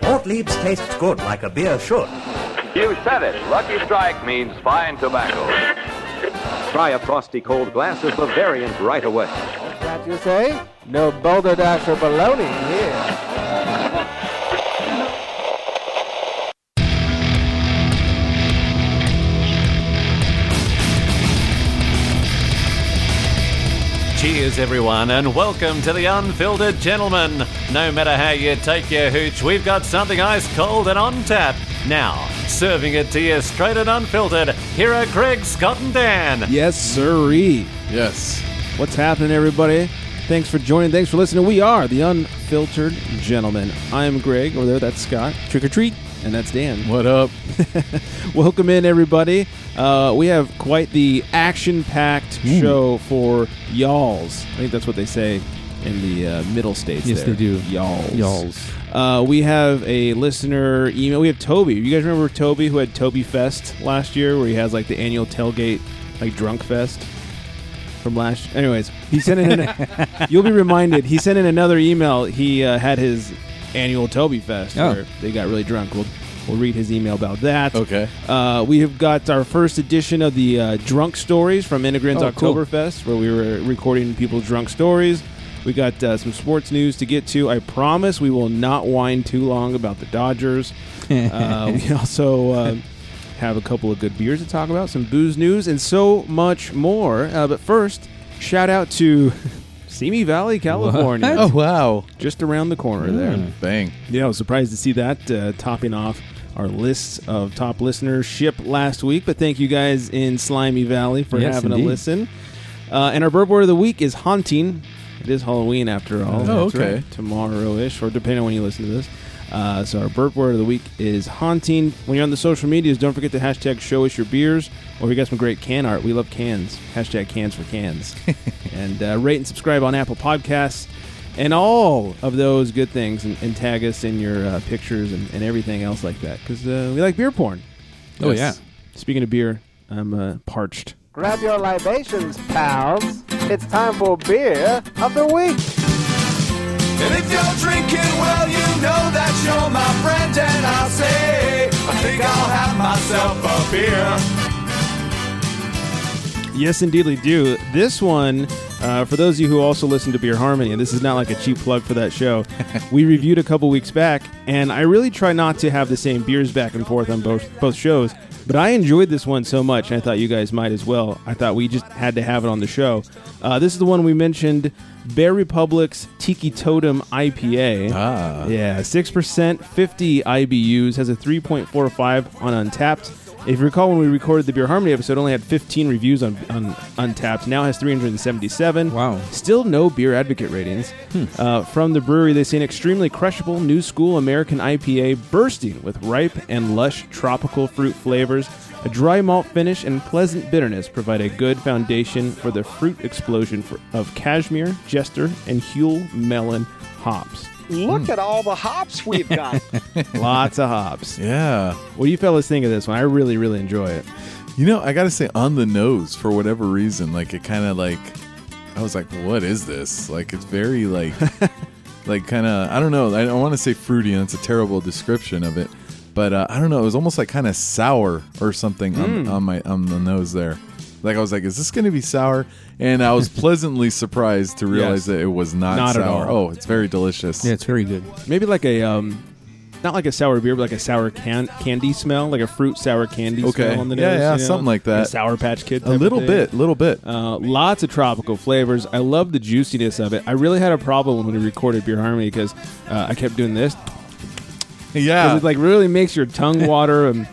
Gottlieb's tastes good like a beer should. You said it. Lucky Strike means fine tobacco. Try a frosty cold glass of Bavarian right away. What's that you say? No boulder dash or baloney here. Cheers, everyone, and welcome to the Unfiltered Gentleman. No matter how you take your hooch, we've got something ice cold and on tap. Now, serving it to you straight and unfiltered, here are Greg, Scott, and Dan. Yes, sirree. Yes. What's happening, everybody? Thanks for joining. Thanks for listening. We are the Unfiltered Gentlemen. I am Greg. Over there, that's Scott. Trick or treat, and that's Dan. What up? Welcome in, everybody. Uh, we have quite the action-packed show for y'alls. I think that's what they say in the uh, middle states. Yes, there. they do. Y'alls. Y'alls. Uh, we have a listener email. We have Toby. You guys remember Toby who had Toby Fest last year, where he has like the annual tailgate, like drunk fest from last. Anyways, he sent in. An, you'll be reminded. He sent in another email. He uh, had his annual Toby Fest Oh. where they got really drunk. We'll we'll read his email about that. Okay. Uh, we have got our first edition of the uh, drunk stories from Integrants Oh, cool. Oktoberfest, where we were recording people's drunk stories. We got uh, some sports news to get to. I promise we will not whine too long about the Dodgers. uh, we also uh, have a couple of good beers to talk about, some booze news, and so much more. Uh, but first, shout out to Simi Valley, California, Oh, Hmm. wow. just around the corner there. Bang. Yeah, I was surprised to see that uh, topping off our list of top listenership last week. But thank you guys in Slimy Valley for Yes, having indeed. a listen. Uh, and our burp word of the week is haunting. It is Halloween after all. Oh, That's okay. right. Tomorrow ish, or depending on when you listen to this. Uh, so our burp word of the week is haunting. When you're on the social medias, don't forget to hashtag show us your beers. Or we got some great can art. We love cans. Hashtag cans for cans. and uh, rate and subscribe on Apple Podcasts and all of those good things. And, and tag us in your uh, pictures and, and everything else like that. Because uh, we like beer porn. Oh, Speaking of beer, I'm uh, parched. Grab your libations, pals. It's time for beer of the week. And if you're drinking, well, you know that you're my friend, and I'll say, I think I'll have myself a beer. Yes, indeedly do. This one, uh, for those of you who also listen to Beer Harmony, and this is not like a cheap plug for that show, we reviewed a couple weeks back, and I really try not to have the same beers back and forth on both both shows. But I enjoyed this one so much, and I thought you guys might as well. I thought we just had to have it on the show. Uh, this is the one we mentioned, Bear Republic's Tiki Totem IPA. Ah. Yeah, six percent, fifty IBUs, has a three point four five on Untapped. If you recall, when we recorded the Beer Harmony episode, it only had fifteen reviews on, on Untapped. Now has three hundred and seventy seven. Wow. Still no beer advocate ratings. Uh, from the brewery, they say an extremely crushable new school American IPA bursting with ripe and lush tropical fruit flavors. A dry malt finish and pleasant bitterness provide a good foundation for the fruit explosion for, of cashmere, jester, and Huel melon hops. Look at all the hops we've got. Lots of hops. Yeah. What do you fellas think of this one? I really, really enjoy it. You know, I got to say, on the nose, for whatever reason, like it kind of like, I was like, what is this? Like, it's very like, like kind of, I don't know. I don't want to say fruity, and it's a terrible description of it. But uh, I don't know. It was almost like kind of sour or something Hmm. on, on my on the nose there. Like I was like, is this going to be sour? And I was pleasantly surprised to realize Yes. that it was not, Not at sour. all. Oh, it's very delicious. Yeah, it's very good. Maybe like a, um, not like a sour beer, but like a sour can- candy smell, like a fruit sour candy Okay. smell on the Yeah, nose. yeah, you know? something like that. A sour patch kid. a type little of thing. bit, little bit. Uh, lots of tropical flavors. I love the juiciness of it. I really had a problem when we recorded Beer Harmony because uh, I kept doing this. 'Cause yeah, It like really makes your tongue water and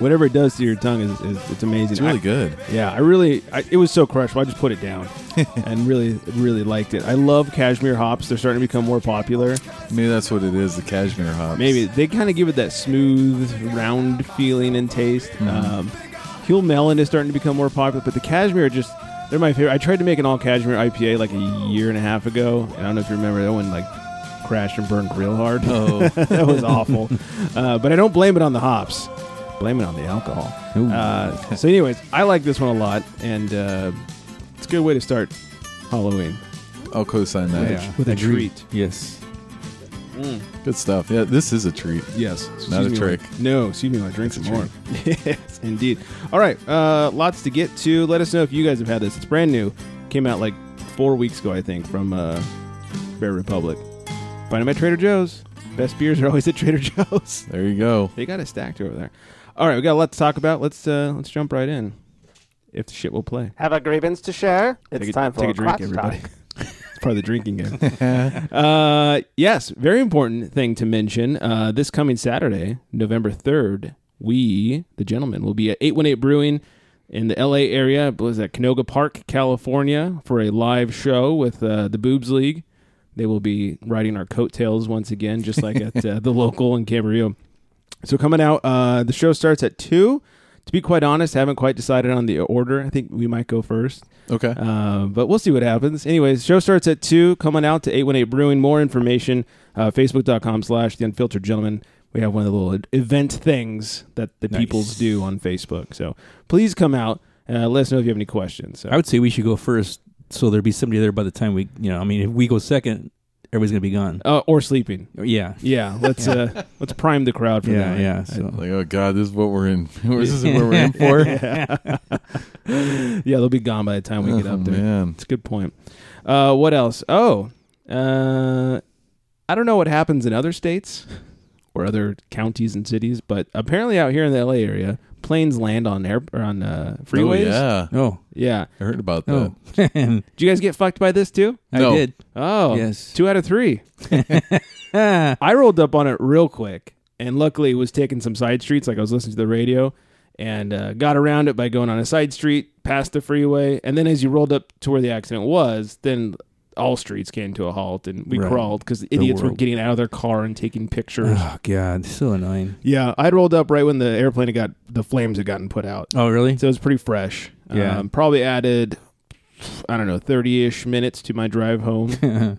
whatever it does to your tongue is, is it's amazing. it's really I- good. Yeah, I really, I, it was so crushable. I just put it down and really, really liked it. I love cashmere hops. They're starting to become more popular. Maybe that's what it is—the cashmere hops. Maybe they kind of give it that smooth, round feeling and taste. Mm-hmm. Um, Huel Melon is starting to become more popular, but the cashmere are just. They're my favorite. I tried to make an all cashmere IPA like a year and a half ago. and I don't know if you remember that one, like crashed and burned real hard. Oh, that was awful. Uh, but I don't blame it on the hops. Blame it on the alcohol. Ooh. Uh, so, anyways, I like this one a lot, and uh, it's a good way to start Halloween. I'll co-sign that. With a treat. Yes. Good stuff. Yeah, this is a treat. Yes. Not a Excuse me, trick. like- no, excuse me, like drink some It's a more. yes, indeed. All right, uh, lots to get to. Let us know if you guys have had this. It's brand new. Came out like four weeks ago, I think, from uh, Bear Republic. Find them at Trader Joe's. Best beers are always at Trader Joe's. There you go. they got it stacked over there. All right, we got a lot to talk about. Let's uh, let's jump right in. If the shit will play. Have a grievance to share? It's Take a- time for take a drink, crotch everybody. talk. It's part of the drinking game. uh, yes, very important thing to mention. Uh, this coming Saturday, November 3rd, we, the gentlemen, will be at 818 Brewing in the LA area. It was at Canoga Park, California, for a live show with uh, the Boobs League. They will be riding our coattails once again, just like at uh, the local in Camarillo. So coming out, uh, the show starts at 2. To be quite honest, I haven't quite decided on the order. I think we might go first. Okay. Uh, but we'll see what happens. Anyways, show starts at 2. Coming out to 818 Brewing. More information, uh, facebook.com slash The Unfiltered Gentleman. We have one of the little event things that the peoples do on Facebook. So please come out. Uh, let us know if you have any questions. So, I would say we should go first, so there'd be somebody there by the time we, you know, I mean, if we go second, everybody's gonna be gone. uh, or sleeping. Yeah, Yeah, let's uh, let's prime the crowd for yeah, that. yeah. So like, oh God, this is what we're in. this is what we're in for. Yeah, they'll be gone by the time we get Oh, up there. man. It's a good point. Uh, what else? Oh, uh, I don't know what happens in other states or other counties and cities, but apparently out here in the LA area, planes land on air or on uh, freeways. Oh, yeah. oh, Yeah. I heard about that. oh, I Did you guys get fucked by this too? No. did. Oh, Yes. Two out of three. Ah, I rolled up on it real quick, and luckily it was taking some side streets. Like I was listening to the radio, and uh, got around it by going on a side street past the freeway, and then as you rolled up to where the accident was, then all streets came to a halt, and we Right. crawled because idiots were world. getting out of their car and taking pictures. oh God, so annoying. yeah, I rolled up right when the airplane had got the flames had gotten put out, Oh really? so it was pretty fresh. Yeah. um, probably added. I don't know, thirty-ish minutes to my drive home.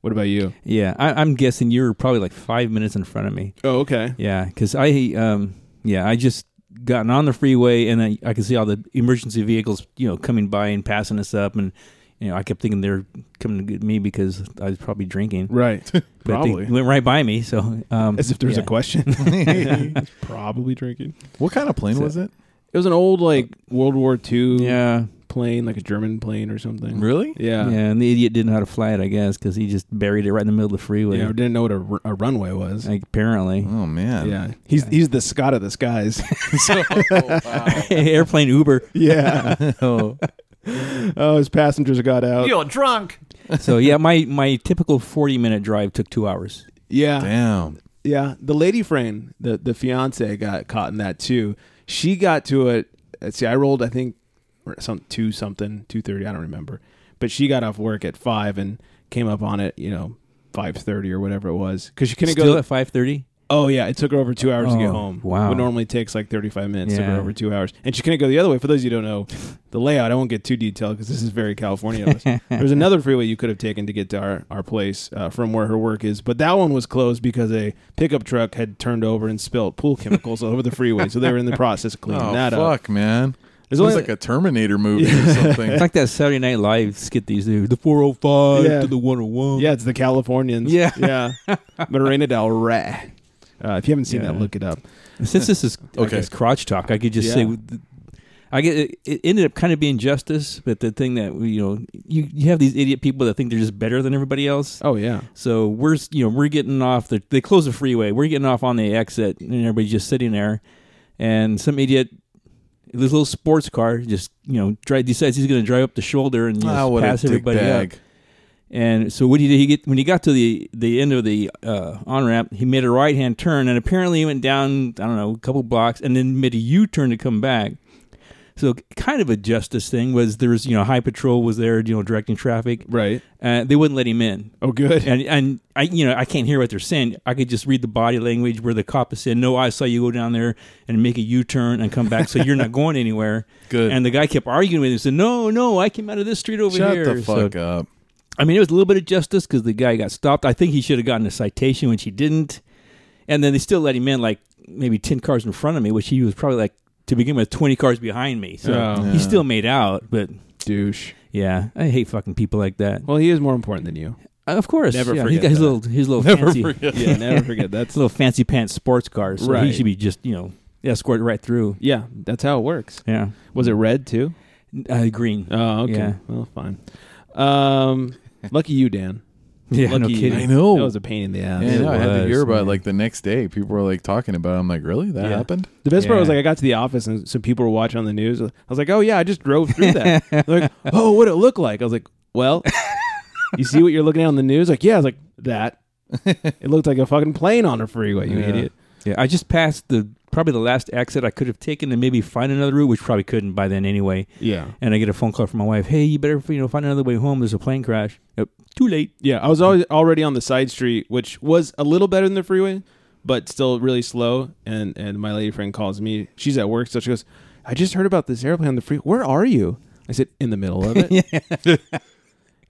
what about you? yeah, I, I'm guessing you were probably like five minutes in front of me. Oh, okay. Yeah, because I, um, yeah, I just gotten on the freeway and I, I could see all the emergency vehicles, you know, coming by and passing us up, and you know, I kept thinking they're coming to get me because I was probably drinking. Right. But Probably. they went right by me. So, um, As if there's yeah. a question. Probably drinking. What kind of plane was it? It was an old like World War II Yeah, plane, like a German plane or something. Really? Yeah. yeah, Yeah. and the idiot didn't know how to fly it, I guess, because he just buried it right in the middle of the freeway. I didn't know what a, r- a runway was. Like, apparently, Mm-hmm. Oh man. yeah. He's he's the Scott of the skies. airplane Uber. yeah. oh. his passengers got out. You're drunk. So yeah, my my typical forty minute drive took two hours. Yeah. Damn. Yeah. The lady friend, the the fiance got caught in that too. She got to it. let's See, I rolled I think or some two something two thirty. I don't remember, but she got off work at five and came up on it. You know. Five thirty or whatever it was, because she couldn't Still go. at five thirty. Oh yeah, it took her over two hours to get Oh, home. wow. what normally takes like thirty-five minutes took Yeah. her over two hours, and she couldn't go the other way. For those of you who don't know the layout, I won't get too detailed because this is very California. of us. There's another freeway you could have taken to get to our our place uh, from where her work is, but that one was closed because a pickup truck had turned over and spilled pool chemicals all over the freeway. So they were in the process of cleaning Oh that up. fuck, man. It There's was only- like a Terminator movie or something. It's like that Saturday Night Live skit these do the four hundred five Yeah. to the one hundred one. Yeah, it's the Californians. Yeah. yeah. Marina Del Rey. Uh, if you haven't seen Yeah. that, look it up. Since this is Okay. I guess, crotch talk, I could just say Yeah. I get it- it ended up kind of being justice, but the thing that we, you know you you have these idiot people that think they're just better than everybody else. Oh yeah, So we're s- you know we're getting off the they close the freeway, we're getting off on the exit, and everybody's just sitting there, and some idiot. This little sports car just you know dri decides he's going to drive up the shoulder and just Ah, what pass a dick everybody up. bag. And so what he did, he get when he got to the the end of the uh, on ramp, he made a right hand turn, and apparently he went down I don't know a couple blocks, and then made a U turn to come back. So kind of a justice thing was there was you know high patrol was there you know directing traffic. right. Uh, they wouldn't let him in. Oh good. And and I you know I can't hear what they're saying. I could just read the body language where the cop is saying, "No, I saw you go down there and make a U turn and come back, so you're not going anywhere." Good. And the guy kept arguing with him, said, "No, no, I came out of this street over Shut here." the So- fuck up. I mean, it was a little bit of justice because the guy got stopped. I think he should have gotten a citation, which he didn't. And then they still let him in, like maybe ten cars in front of me, which he was probably like to begin with twenty cars behind me. So Oh. he still made out. But Douche. yeah, I hate fucking people like that. Well, he is more important than you. Uh, of course, Never yeah. forget He's got his that. little his little Never fancy forget. yeah, never forget that's little fancy pants sports car. So he Right. should be just you know escorted right through. Yeah, that's how it works. Yeah, Was it red too? uh, green. Oh, okay. Yeah. Well, fine. Um, lucky you, Dan. yeah, no Lucky you. kidding. I know. That was a pain in the ass. Yeah, I know. I had to was, hear about it man. like the next day. People were like talking about. it. I'm like, really? That Yeah. happened? The best part was Yeah. like I got to the office and some people were watching on the news. I was like, oh yeah, I just drove through that. They're like, oh, what it look like? I was like, well, you see what you're looking at on the news? Like, yeah, I was like that. It looked like a fucking plane on a freeway. You Yeah. idiot. Yeah, I just passed the probably the last exit I could have taken and maybe find another route, which probably couldn't by then anyway. Yeah. And I get a phone call from my wife. Hey, you better you know find another way home. There's a plane crash. Yep, too late. Yeah, I was always already on the side street, which was a little better than the freeway, but still really slow. And and my lady friend calls me. She's at work, so she goes, "I just heard about this airplane on the freeway. Where are you?" I said, "In the middle of it."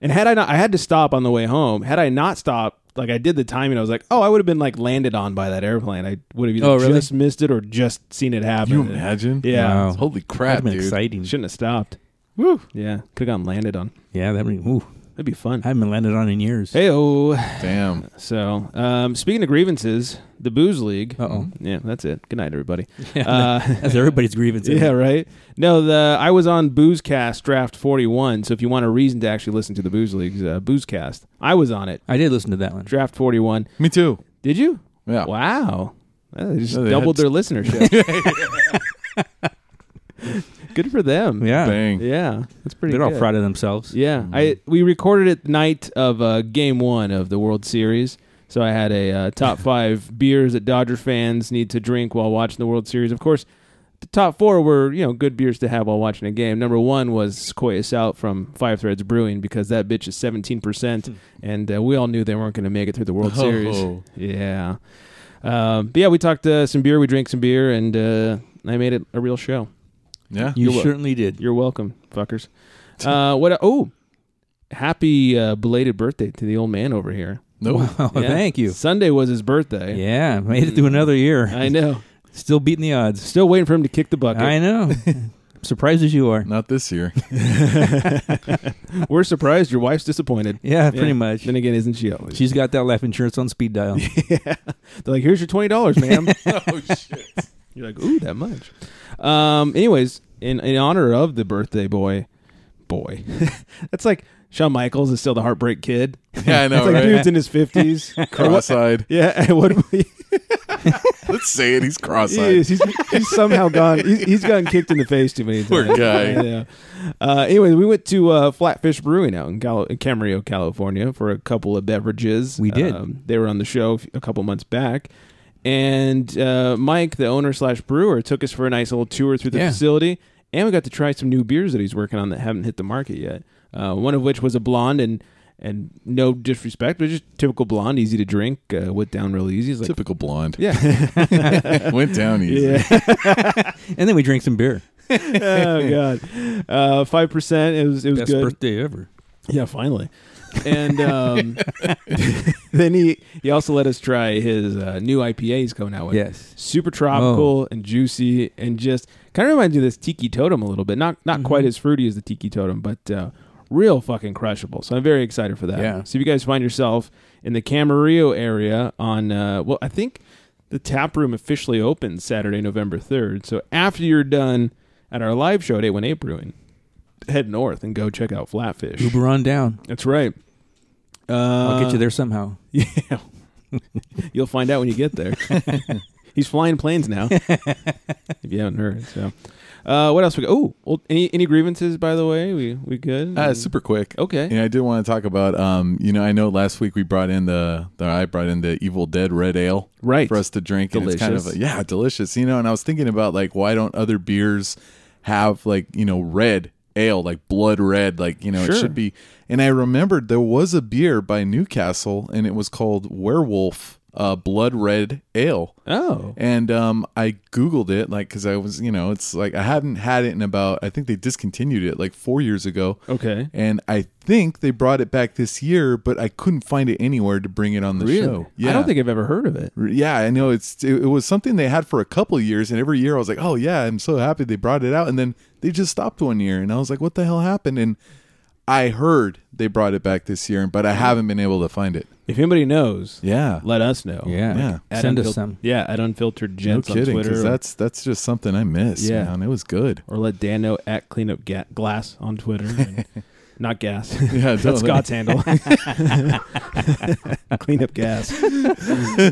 and had I not, I had to stop on the way home. Had I not stopped, like I did the timing, I was like, "Oh, I would have been like landed on by that airplane. I would have either Oh, really? just missed it or just seen it happen." You imagine? Yeah, Wow. Holy crap, That'd been dude! exciting. shouldn't have stopped. Woo. Yeah, could have gotten landed on. Yeah, that would. Ooh, That'd be fun. I haven't been landed on in years. Hey, oh. Damn. So, um, speaking of grievances, the Booze League. Mm-hmm. Uh-oh. Yeah, that's it. Good night, everybody. uh, That's everybody's grievance. isn't it? yeah, right. No, the I was on Boozecast Draft 41. So, if you want a reason to actually listen to the Booze League's uh, Boozecast, I was on it. I did listen to that one. Draft 41. Me too. Did you? Yeah. Wow. Well, They just Oh, No, they doubled had- their listenership. Good for them. Yeah, Bang. Yeah, that's pretty. they're all good. proud of themselves. Yeah, I we recorded it the night of uh, Game One of the World Series. So I had a uh, top five beers that Dodger fans need to drink while watching the World Series. Of course, the top four were you know good beers to have while watching a game. Number one was Sequoia Salt from Five Threads Brewing because that bitch is seventeen percent, and uh, we all knew they weren't going to make it through the World Oh. Series. Yeah, um, but yeah, we talked uh, some beer, we drank some beer, and uh, I made it a real show. Yeah. You You're wel- certainly did. You're welcome, fuckers. Uh, what? Oh, happy uh, belated birthday to the old man over here. no. Oh, Yeah. thank you. Sunday was his birthday. Yeah, made it through another year. I know. Still beating the odds. Still waiting for him to kick the bucket. I know. Surprised as you are. Not this year. We're surprised. Your wife's disappointed. Yeah, pretty Yeah. much. Then again, isn't she always? She's got that life insurance on speed dial. They're like, "Here's your twenty dollars, ma'am." oh shit. You're like, "Ooh, that much." Um. Anyways, in in honor of the birthday boy, boy, that's like Shawn Michaels is still the heartbreak kid. Yeah, I know, It's like right? dude's in his fifties. Cross-eyed. yeah. What? Let's say it. He's He is. cross-eyed. He's, he's somehow gone. He's, he's gotten kicked in the face too many times. Poor guy. Yeah. Uh, anyway, we went to uh, Flatfish Brewing out in Cal- Camarillo, California, for a couple of beverages. Um, We did. they were on the show a couple months back, and uh, Mike, the owner slash brewer, took us for a nice little tour through the Yeah. facility, and we got to try some new beers that he's working on that haven't hit the market yet. Uh, one of which was a blonde and. And no disrespect, but just typical blonde, easy to drink, uh, wet down real easy. It's like, Typical blonde. yeah, Went down easy. yeah. and then we drank some beer. oh god, uh, five percent. It was it was Best good. birthday ever. yeah, finally. And um, then he he also let us try his uh, new IPA he's coming out with. Yes. super Oh. tropical and juicy, and just kind of reminds you of this Tiki Totem a little bit. Not Mm-hmm. not quite as fruity as the Tiki Totem, but uh, real fucking crushable. So I'm very excited for that. Yeah. So if you guys find yourself in the Camarillo area on uh, well, I think the tap room officially opens Saturday, November third. So after you're done at our live show at 818 Brewing, head north and go check out Flatfish. Uber on down. That's right. Uh, I'll get you there somehow. Yeah. You'll find out when you get there. He's flying planes now. if you haven't heard, so uh, what else we got? Oh, well, any any grievances? By the way, we we good? Uh, super quick. Mm. Okay. And I did want to talk about, um, you know, I know last week we brought in the, the I brought in the Evil Dead Red Ale, Right. for us to drink. And it's kind of Delicious. yeah, delicious. You know, and I was thinking about like why don't other beers have like you know red ale, like blood red, like you know Sure. it should be. And I remembered there was a beer by Newcastle, and it was called Werewolf uh, Blood Red Ale. Oh, And um, I Googled it, like, because I was, you know, it's like I hadn't had it in about, I think they discontinued it like four years ago. Okay. And I think they brought it back this year, but I couldn't find it anywhere to bring it on the show. Yeah. I don't think I've ever heard of it. Yeah, I know it's it, it was something they had for a couple of years, and every year I was like, "Oh yeah, I'm so happy they brought it out." And then they just stopped one year, and I was like, "What the hell happened?" And I heard they brought it back this year, but I haven't been able to find it. If anybody knows, Yeah, let us know. Yeah. Yeah. At Send unfil- us some. Yeah, at unfiltered no gents kidding. on Because Twitter, that's that's just something I miss. Yeah. man. it was good. or let Dan know at cleanup ga- glass on Twitter. and- not gas. Yeah, that's totally. Scott's handle. cleanup gas.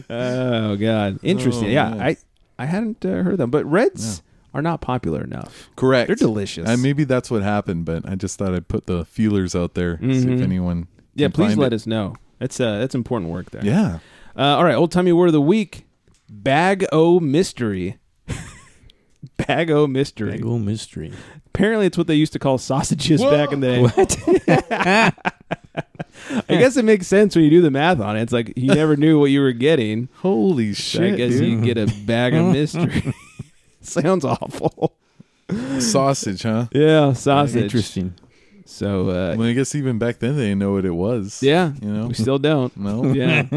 oh God, interesting. Oh, yeah, man. I I hadn't uh, heard them, but reds are not popular enough. Correct. They're delicious. And maybe that's what happened, but I just thought I'd put the feelers out there, see Mhm. if anyone. Yeah, can please find let it. us know. That's uh that's important work there. Yeah, Uh, all right, old timey word of the week: bag o mystery. bag o mystery. Big old mystery. Apparently, it's what they used to call sausages back in the day. What? I guess it makes sense when you do the math on it. It's like you never knew what you were getting. holy So I shit! guess dude. you get a bag of mystery. Sounds awful. Sausage, huh? Yeah, sausage. Interesting. So uh, Well, I guess even back then they didn't know what it was. yeah, you know. we still don't. No. Yeah,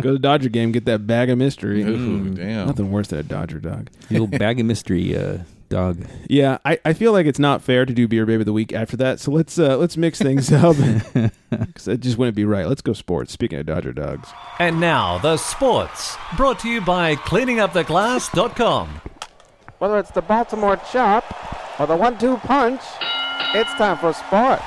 go to Dodger game, get that bag of mystery. Mm. Ooh, damn. Nothing worse than a Dodger dog. Little bag of mystery uh, dog. Yeah, I, I feel like it's not fair to do beer baby of the week after that. So let's uh, let's mix things up because it just wouldn't be right. Let's go sports. Speaking of Dodger dogs, And now, the sports, brought to you by cleaninguptheglass.com. Whether it's the Baltimore chop or the one-two punch, it's time for sports.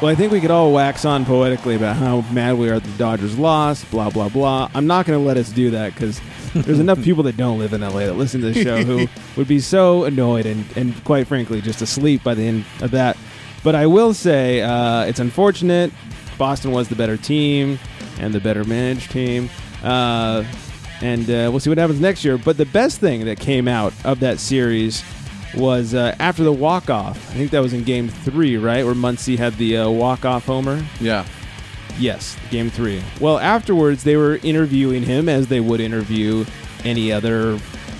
well, I think we could all wax on poetically about how mad we are that the Dodgers lost. Blah blah blah. I'm not going to let us do that because there's enough people that don't live in LA that listen to the show who would be so annoyed and and quite frankly just asleep by the end of that. But I will say uh, it's unfortunate. Boston was the better team and the better managed team. Uh, and uh, we'll see what happens next year. But the best thing that came out of that series was uh, after the walk off. I think that was in Game Three, right, where Muncie had the uh, walk off homer. Yeah. Yes, Game Three. Well, afterwards they were interviewing him as they would interview any other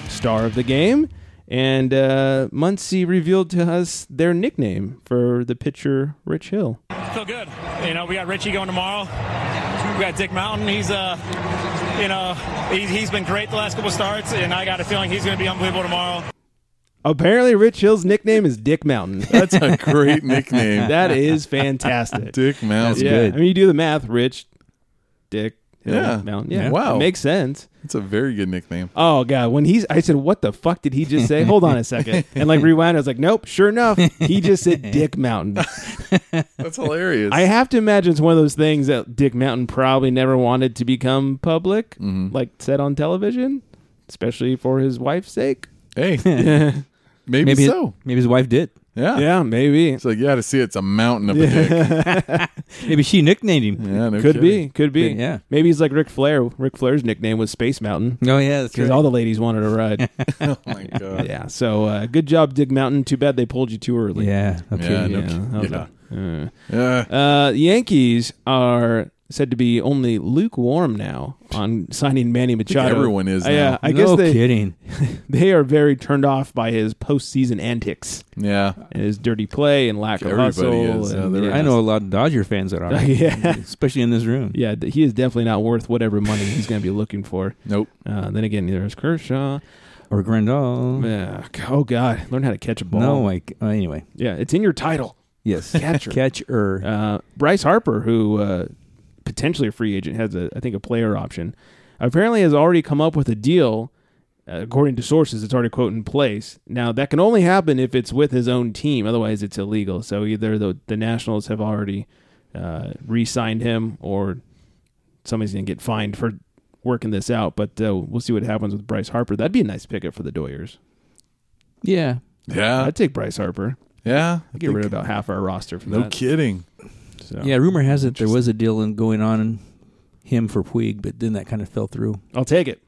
star of the game. And uh, Muncie revealed to us their nickname for the pitcher, Rich Hill. feel good. You know, we got Richie going tomorrow. We got Dick Mountain. He's uh, you know, he's, he's been great the last couple starts, and I got a feeling he's going to be unbelievable tomorrow. Apparently, Rich Hill's nickname is Dick Mountain. That's a great nickname. that is fantastic. Dick Mouse. yeah. I mean, you do the math, Rich, Dick, Hill, Yeah. Mountain. Yeah. Yeah. Wow. It makes sense. It's a very good nickname. Oh, God. When he's, I said, what the fuck did he just say? Hold on a second. And like rewind, I was like, nope, sure enough, he just said Dick Mountain. That's hilarious. I have to imagine it's one of those things that Dick Mountain probably never wanted to become public, Mm-hmm. like said on television, especially for his wife's sake. hey. Maybe, Maybe so. maybe his wife did. Yeah. Yeah, maybe. It's like you got to see it's a mountain of a dick. Maybe she nicknamed him. Yeah, no Could kidding. be. Could be. Yeah. Maybe he's like Ric Flair. Ric Flair's nickname was Space Mountain Oh yeah, that's because right. all the ladies wanted to ride. Oh my god. Yeah. So uh, good job, Dig Mountain. Too bad they pulled you too early. yeah. Okay. Yeah, Yeah. no how's yeah. that? Yeah. Uh, uh, Yankees are said to be only lukewarm now on signing Manny Machado. everyone is Uh, yeah, now. I no guess they kidding. they are very turned off by his postseason antics Yeah. and his dirty play and lack of Everybody hustle. is. Yeah, and, they're- yeah. I know a lot of Dodger fans that are, Yeah. especially in this room. Yeah, th- he is definitely not worth whatever money he's going to be looking for. Nope. Uh, then again, there's Kershaw. Or Grandal. Yeah. Oh God, learn how to catch a ball. No, like uh, anyway. yeah, it's in your title. Yes. Catcher. Catcher. Uh, Bryce Harper, who uh, potentially a free agent, has a I think a player option. Apparently, has already come up with a deal. Uh, according to sources, it's already quote in place. Now that can only happen if it's with his own team. Otherwise, it's illegal. So either the the Nationals have already uh, re-signed him, or somebody's gonna get fined for working this out. But uh, we'll see what happens with Bryce Harper. That'd be a nice pickup for the Doyers. yeah. Yeah. I'd take Bryce Harper. Yeah. I Get think- rid of about half our roster from no that. kidding. so. Yeah. Rumor has it there was a deal in- going on in him for Puig, but then that kind of fell through. I'll take it.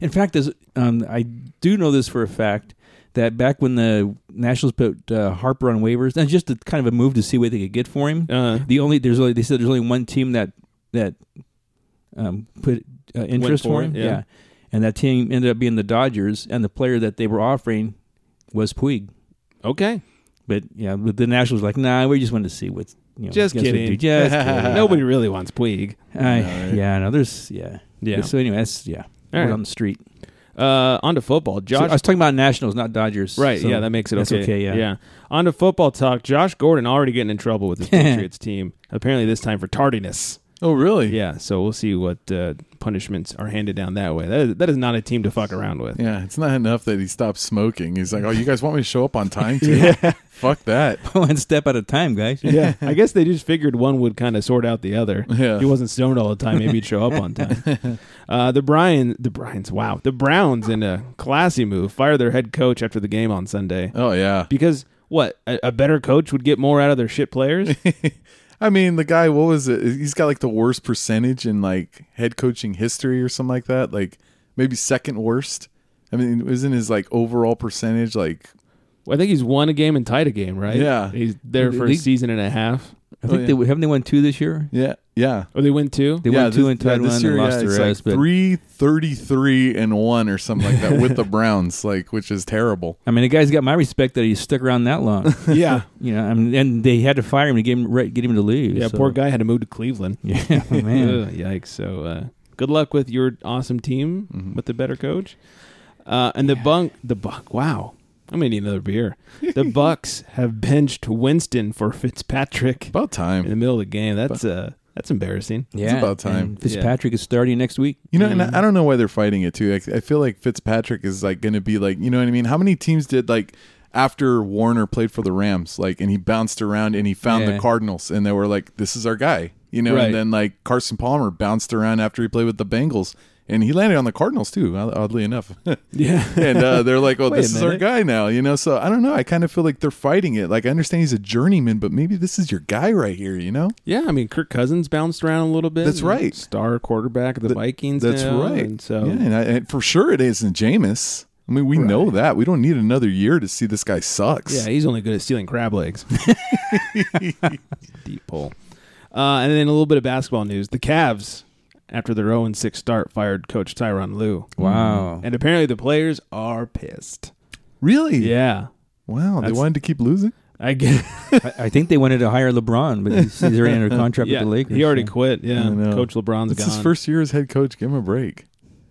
In fact, there's, um, I do know this for a fact that back when the Nationals put uh, Harper on waivers, and just a, kind of a move to see what they could get for him. Uh, the only there's only they said there's only one team that that um, put uh, interest for for it, him. yeah. and that team ended up being the Dodgers, and the player that they were offering was Puig. okay. But yeah, but the Nationals were like, nah, we just wanted to see what's you know, Just guess what kidding. do. Just kidding. Nobody really wants Puig. I, yeah, no, there's yeah, Yeah. So anyway, that's yeah, All word right. on the street. Uh, on to football. So Josh I was talking about Nationals, not Dodgers. Right. so yeah, that makes it that's okay. yeah. Yeah. On to football talk. Josh Gordon already getting in trouble with his Patriots team. Apparently this time for tardiness. Oh, really? Yeah. So we'll see what uh, punishments are handed down that way. That is, that is not a team to fuck around with. Yeah, it's not enough that he stopped smoking. He's like, "Oh, you guys want me to show up on time too? Fuck that." One step at a time, guys. Yeah. I guess they just figured one would kind of sort out the other. Yeah. He wasn't stoned all the time. Maybe he'd show up on time. Uh, the Brian, the Brian's. Wow. The Browns in a classy move fire their head coach after the game on Sunday Oh yeah. because. What a, a better coach would get more out of their shit players. I mean, the guy, what was it? He's got like the worst percentage in like head coaching history or something like that. Like maybe second worst. I mean, isn't his like overall percentage like? Well, I think he's won a game and tied a game, right? Yeah. he's there for a League- season and a half. I think yeah. they haven't they won two this year. Yeah, yeah. Or they win two. They yeah, won two and tied one and lost the it's, rest. Like but three thirty-three and one or something like that with the Browns, like which is terrible. I mean, the guy's got my respect that he stuck around that long. yeah, you know, I mean, and they had to fire him to get him re- get him to leave. yeah. so- Poor guy had to move to Cleveland. Yeah, man. Ugh, yikes! So, uh, good luck with your awesome team with the better coach. Uh, and the bunk, the buck. Wow, I'm gonna need another beer. The Bucks have benched Winston for Fitzpatrick About in time. the middle of the game. That's uh, that's embarrassing. yeah, about time. and Fitzpatrick is starting next week. You know, and Mm-hmm. I I don't know why they're fighting it too. I, I feel like Fitzpatrick is like going to be like, you know what I mean? How many teams did like after Warner played for the Rams, like, and he bounced around and he found Yeah. the Cardinals, and they were like, this is our guy, you know? Right. And then like Carson Palmer bounced around after he played with the Bengals, and he landed on the Cardinals too, odd- oddly enough. Yeah. and uh, they're like, oh, Wait a this is our minute. guy now, you know? So I don't know. I kind of feel like they're fighting it. Like I understand he's a journeyman, but maybe this is your guy right here, you know? Yeah, I mean Kirk Cousins bounced around a little bit. That's and right. Star quarterback of the Vikings. That's now, right. and so yeah, and, I, and for sure it isn't Jameis. I mean, we know that. We don't need another year to see this guy sucks. Yeah, he's only good at stealing crab legs. Deep hole. Uh, and then a little bit of basketball news. The Cavs, after their 0 6 start, fired coach Tyron Lue. Wow. And apparently the players are pissed. really? Yeah. Wow, they wanted to keep losing. I get I, I think they wanted to hire LeBron, but he's, he's already under contract yeah, with the Lakers. He already so. quit. Yeah. I know. Coach LeBron's It's gone. his first year as head coach. Give him a break.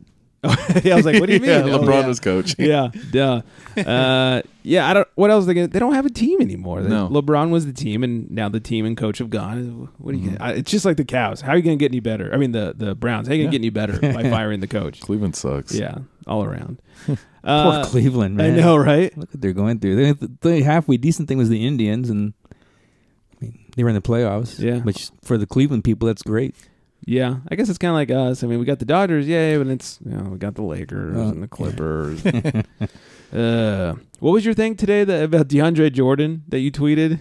yeah, I was like, what do you mean? yeah, Oh, LeBron yeah. was coach. yeah, duh. Uh, yeah, I don't. What else? They gonna, they don't have a team anymore. They- No. LeBron was the team, and now the team and coach have gone. What Mm-hmm. are you? Gonna, I, it's just like the cows. How are you going to get any better? I mean, the the Browns. How are you going to get any better by firing the coach? Cleveland sucks. yeah, all around. Poor Uh, Cleveland, I man. know, right? Look what they're going through. They, the, halfway decent thing was the Indians, and I mean, they were in the playoffs. Yeah. Which for the Cleveland people, that's great. Yeah, I guess it's kind of like us. I mean, we got the Dodgers, yay, but it's you know, we got the Lakers Uh, and the Clippers. uh, what was your thing today that, about DeAndre Jordan that you tweeted?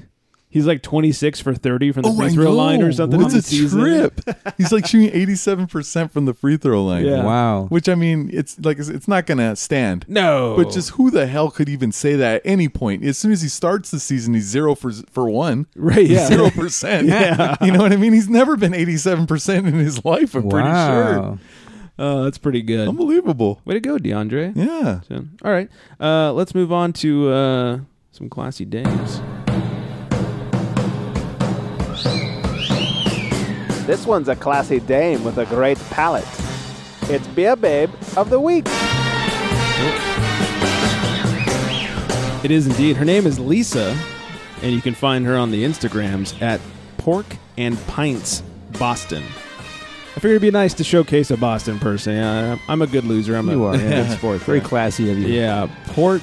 He's like twenty six for thirty from the free throw line or something. Oh, What's on a the season. trip? He's like shooting eighty-seven percent from the free throw line. Yeah. Wow. Which I mean, it's like it's- it's not gonna stand. No, But just who the hell could even say that at any point? As soon as he starts the season, he's zero for for one. Right, yeah. Zero percent. yeah. You know what I mean? He's never been eighty seven percent in his life, I'm pretty sure. wow. Oh, that's pretty good. Unbelievable. Way to go, DeAndre. Yeah. So, all right. Uh, let's move on to uh, some classy dames. This one's a classy dame with a great palate. It's Beer Babe of the Week. It is indeed. Her name is Lisa, and you can find her on the Instagrams at Pork and Pints Boston. I figured it'd be nice to showcase a Boston person. Yeah, I'm a good loser. I'm You a are, yeah. good sport. Very there. classy of you. Yeah, Port,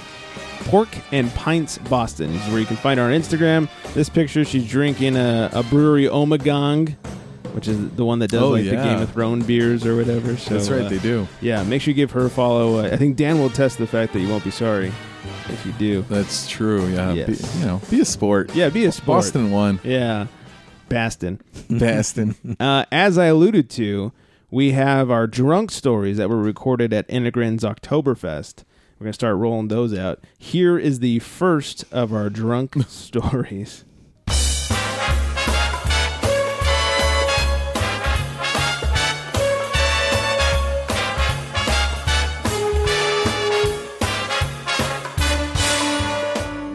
Pork and Pints Boston is where you can find her on Instagram. This picture, she's drinking a, a brewery Omagong, which is the one that does Oh, like the yeah. Game of Thrones beers or whatever. So That's right, uh, they do. Yeah, make sure you give her a follow. Uh, I think Dan will test the fact that you won't be sorry if you do. That's true. Yeah. Yes. Be, you know, be a sport. Yeah, be a sport. Boston won. Yeah, Baston. Boston. Uh, as I alluded to, we have our drunk stories that were recorded at Integrin's Oktoberfest. We're going to start rolling those out. Here is the first of our drunk stories.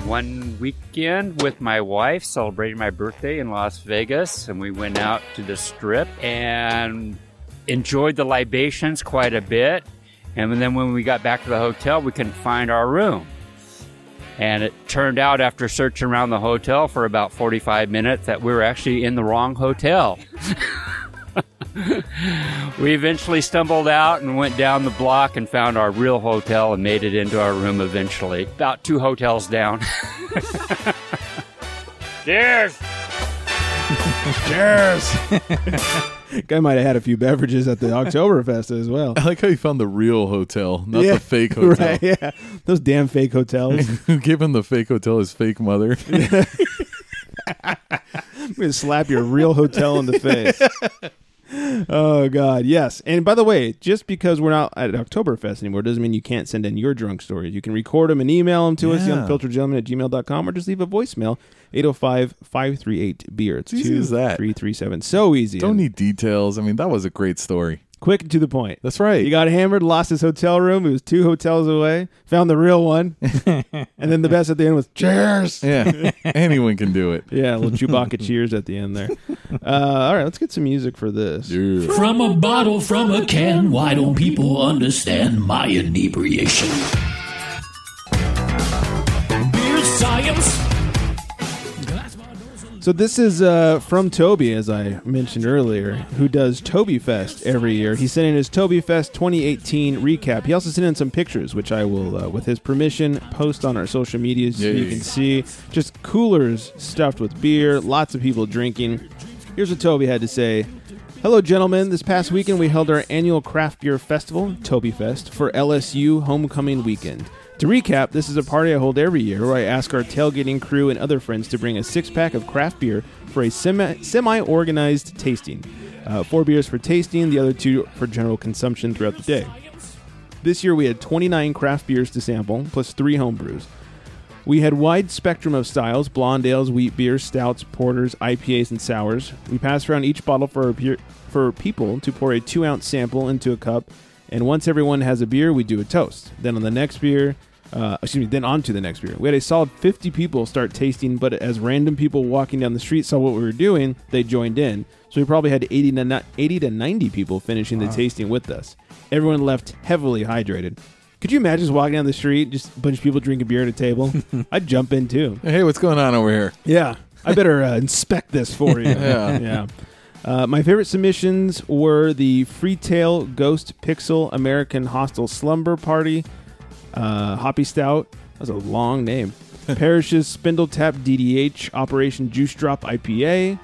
one weekend with my wife celebrating my birthday in Las Vegas, and we went out to the strip and enjoyed the libations quite a bit. And then when we got back to the hotel, we couldn't find our room. And it turned out after searching around the hotel for about 45 minutes that we were actually in the wrong hotel. we eventually stumbled out and went down the block and found our real hotel and made it into our room eventually. About two hotels down. Cheers! Cheers! Guy might have had a few beverages at the Oktoberfest as well. I like how you found the real hotel, not Yeah, the fake hotel. Right, yeah. Those damn fake hotels. Who gave him the fake hotel his fake mother? I'm going to slap your real hotel in the face. oh, God. Yes. And by the way, just because we're not at Oktoberfest anymore doesn't mean you can't send in your drunk stories. You can record them and email them to us, Yeah. unfilteredgentleman at gmail.com, or just leave a voicemail, 805 538 beer. It's easy as that. 2337. So easy. Don't need details. I mean, that was a great story. Quick and to the point. That's right. He got hammered, lost his hotel room. He was two hotels away, found the real one. and then the best at the end was cheers. yeah, anyone can do it. Yeah, little Chewbacca cheers at the end there. Uh, all right, let's get some music for this. From a bottle, from a can, why don't people understand my inebriation? Beer science. So this is uh, from Toby, as I mentioned earlier, who does Toby Fest every year. He sent in his Toby Fest 2018 recap. He also sent in some pictures, which I will, uh, with his permission, post on our social media so you Yay. can see. Just coolers stuffed with beer, lots of people drinking. Here's what Toby had to say. Hello, gentlemen. This past weekend, we held our annual craft beer festival, Toby Fest, for LSU Homecoming Weekend. To recap, this is a party I hold every year where I ask our tailgating crew and other friends to bring a six pack of craft beer for a semi organized tasting. Uh, four beers for tasting, the other two for general consumption throughout the day. This year, we had 29 craft beers to sample, plus three homebrews. We had wide spectrum of styles: blonde ales, wheat beers, stouts, porters, IPAs, and sours. We passed around each bottle for a beer, for people to pour a two-ounce sample into a cup, and once everyone has a beer, we do a toast. Then on the next beer, uh, excuse me, then on to the next beer. We had a solid 50 people start tasting, but as random people walking down the street saw what we were doing, they joined in. So we probably had 80 to, ni- 80 to 90 people finishing the tasting with us. Everyone left heavily hydrated. Could you imagine just walking down the street, just a bunch of people drinking beer at a table? I'd jump in too. Hey, what's going on over here? Yeah. I better uh, inspect this for you. Yeah. yeah. Uh, my favorite submissions were the Freetail Ghost Pixel American Hostile Slumber Party, uh, Hoppy Stout. That's a long name. Parrish's Spindle Tap DDH Operation Juice Drop IPA,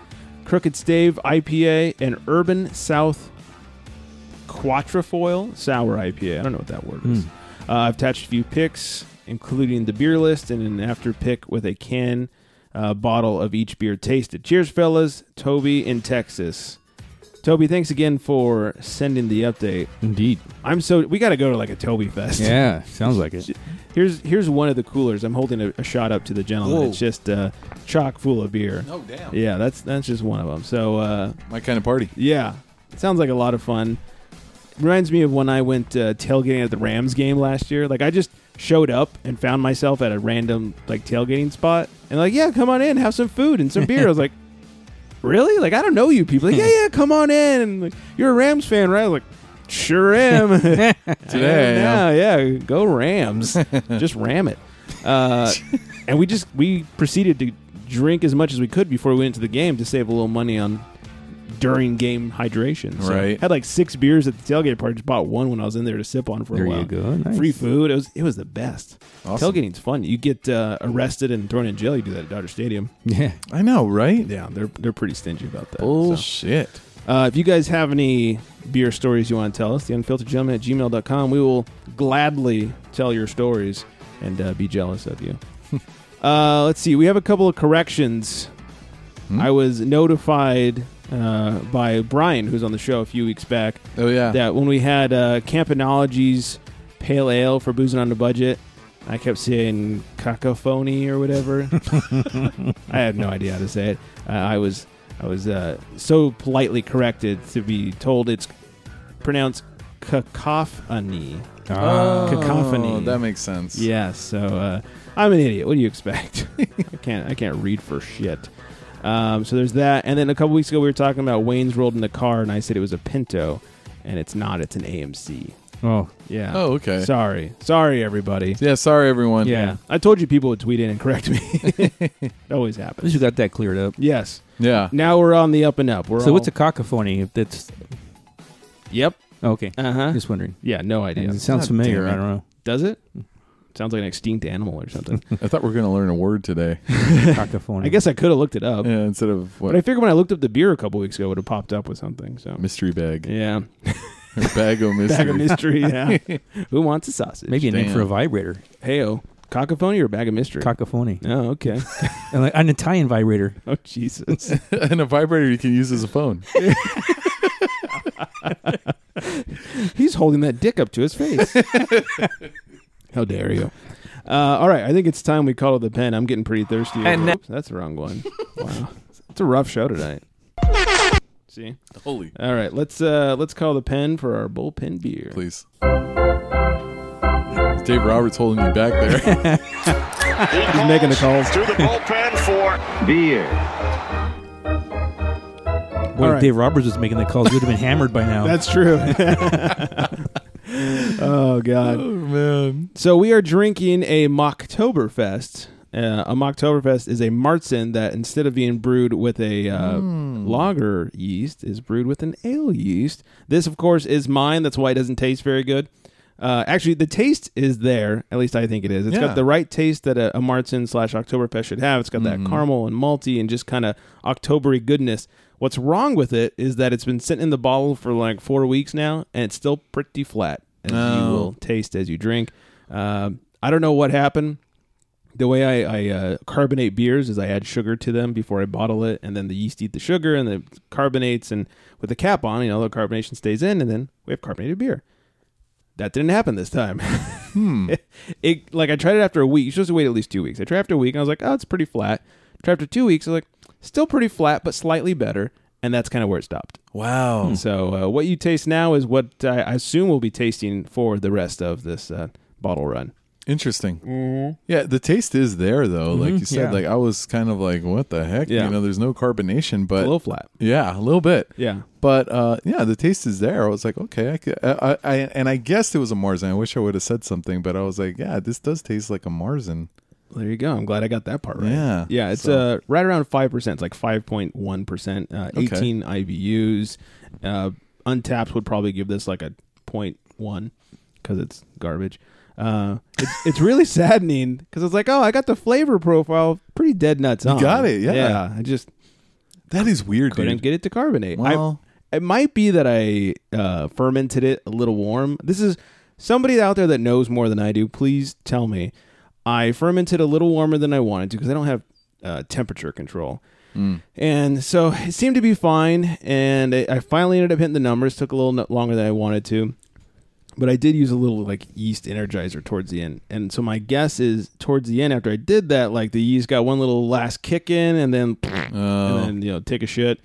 Crooked Stave IPA, and Urban South Quatrefoil Sour IPA. I don't know what that word is. Uh, I've attached a few picks, including the beer list and an after pick with a can uh, bottle of each beer tasted. Cheers, fellas. Toby in Texas. Toby, thanks again for sending the update. Indeed. I'm so we got to go to like a Toby fest. Yeah, sounds like it. Here's here's one of the coolers. I'm holding a, a shot up to the gentleman. Whoa. It's just uh, chock full of beer. Oh, damn. Yeah, that's that's just one of them. So uh, My kind of party. yeah, it sounds like a lot of fun. Reminds me of when I went uh, tailgating at the Rams game last year. Like I just showed up and found myself at a random like tailgating spot, and like yeah, come on in, have some food and some beer. I was like, really? Like I don't know you people. Like yeah, yeah, come on in. And, like, You're a Rams fan, right? I was like, sure am. Today, yeah, yeah, go Rams. just ram it. Uh, and we just we proceeded to drink as much as we could before we went to the game to save a little money on during game hydration. So Right. Had like six beers at the tailgate party. Just bought one when I was in there to sip on for There a you while. go. Nice. Free food. It was it was the best. Awesome. Tailgating's fun. You get uh, arrested and thrown in jail. You do that at Dodger Stadium. Yeah. I know, right? Yeah, they're they're pretty stingy about that. so. Bullshit. Uh, if you guys have any beer stories you want to tell us, the unfiltered at gmail.com, we will gladly tell your stories and uh, be jealous of you. uh, let's see. We have a couple of corrections. I was notified uh, by Brian, who's on the show a few weeks back, Oh yeah. that when we had uh, Campanology's Pale Ale for Boozing on the Budget, I kept saying cacophony or whatever. I had no idea how to say it. Uh, I was I was uh, so politely corrected to be told it's pronounced cacophony. Uh, Ah. Oh, cacophony. that makes sense. Yeah, so uh, I'm an idiot. What do you expect? I can't I can't read for shit. Um, so there's that, and then a couple weeks ago we were talking about Wayne's rolled in the car, and I said it was a Pinto, and it's not. It's an AMC. Oh, yeah. Oh, okay. Sorry. Sorry, everybody. Yeah, sorry, everyone. Yeah. I told you people would tweet in and correct me. it always happens. At least we got that cleared up. Yes. Yeah. Now we're on the up and up. We're so what's a all- cacophony? If that's Yep. okay. Uh huh. Just wondering. Yeah, no idea. It sounds God familiar. damn it. I don't know. Does it? Sounds like an extinct animal or something. I thought we were going to learn a word today. cacophony. I guess I could have looked it up. yeah, instead of But I what? figured when I looked up the beer a couple weeks ago, it would have popped up with something. So Mystery bag. yeah, Or bag o' mystery. bag of mystery. Yeah, who wants a sausage? Maybe a name Damn. for a vibrator. Heyo, cacophony or bag of mystery? Cacophony. oh, okay. And like an Italian vibrator. oh Jesus. and a vibrator you can use as a phone. He's holding that dick up to his face. How dare you? Uh, all right, I think it's time we call it the pen. I'm getting pretty thirsty. And Oops, that's the wrong one. wow, it's a rough show tonight. See. Holy. All right, let's uh, let's call the pen for our bullpen beer. Please. Dave Roberts holding you back there. He's making the calls. Boy, All if Dave Roberts was making the calls, we'd have been hammered by now. That's true. oh God! oh, man. So we are drinking a Mocktoberfest. Uh, a Mocktoberfest is a Martzen that instead of being brewed with a uh, Hmm. lager yeast, is brewed with an ale yeast. This, of course, is mine. That's why it doesn't taste very good. Uh, actually, the taste is there. At least I think it is. It's Yeah. got the right taste that a, a Martzen slash Oktoberfest should have. It's got that caramel and malty and just kind of Octobery goodness. What's wrong with it is that it's been sitting in the bottle for like four weeks now, and it's still pretty flat, as you Oh. will taste as you drink. Um, I don't know what happened. The way I, I uh, carbonate beers is I add sugar to them before I bottle it, and then the yeast eat the sugar and the carbonates. And with the cap on, you know, the carbonation stays in, and then we have carbonated beer. That didn't happen this time. it like I tried it after a week. You're supposed to wait at least two weeks. I tried after a week and I was like, oh, it's pretty flat. Tried after two weeks, I was like, still pretty flat, but slightly better. And that's kind of where it stopped. Wow. So uh, what you taste now is what I I assume we'll be tasting for the rest of this uh, bottle run. Interesting. Mm-hmm. Yeah, the taste is there though. Like you said, yeah. like I was kind of like, what the heck? Yeah. You know, there's no carbonation, A but little flat. yeah, a little bit. Yeah. But uh, yeah, the taste is there. I was like, okay, I, could, I, I, I and I guessed it was a Marzen. I wish I would have said something, but I was like, yeah, this does taste like a Marzen. There you go. I'm glad I got that part right. Yeah. Yeah. It's So- uh, right around 5%. It's like 5.1%, uh, 18 IBUs. Uh, Untapped would probably give this like a 0.1 because it's garbage. Uh, it's, it's really saddening because it's like, oh, I got the flavor profile pretty dead nuts on. got it, yeah. Yeah. I just That is weird, couldn't dude. get it to carbonate. I- Well- it might be that I uh, fermented it a little warm. This is somebody out there that knows more than I do. Please tell me. I fermented a little warmer than I wanted to because I don't have uh, temperature control. Mm. And so it seemed to be fine. And I, I finally ended up hitting the numbers. Took a little no- longer than I wanted to. But I did use a little like yeast energizer towards the end. And so my guess is towards the end, after I did that, like the yeast got one little last kick in and then Oh. and then you know take a shit.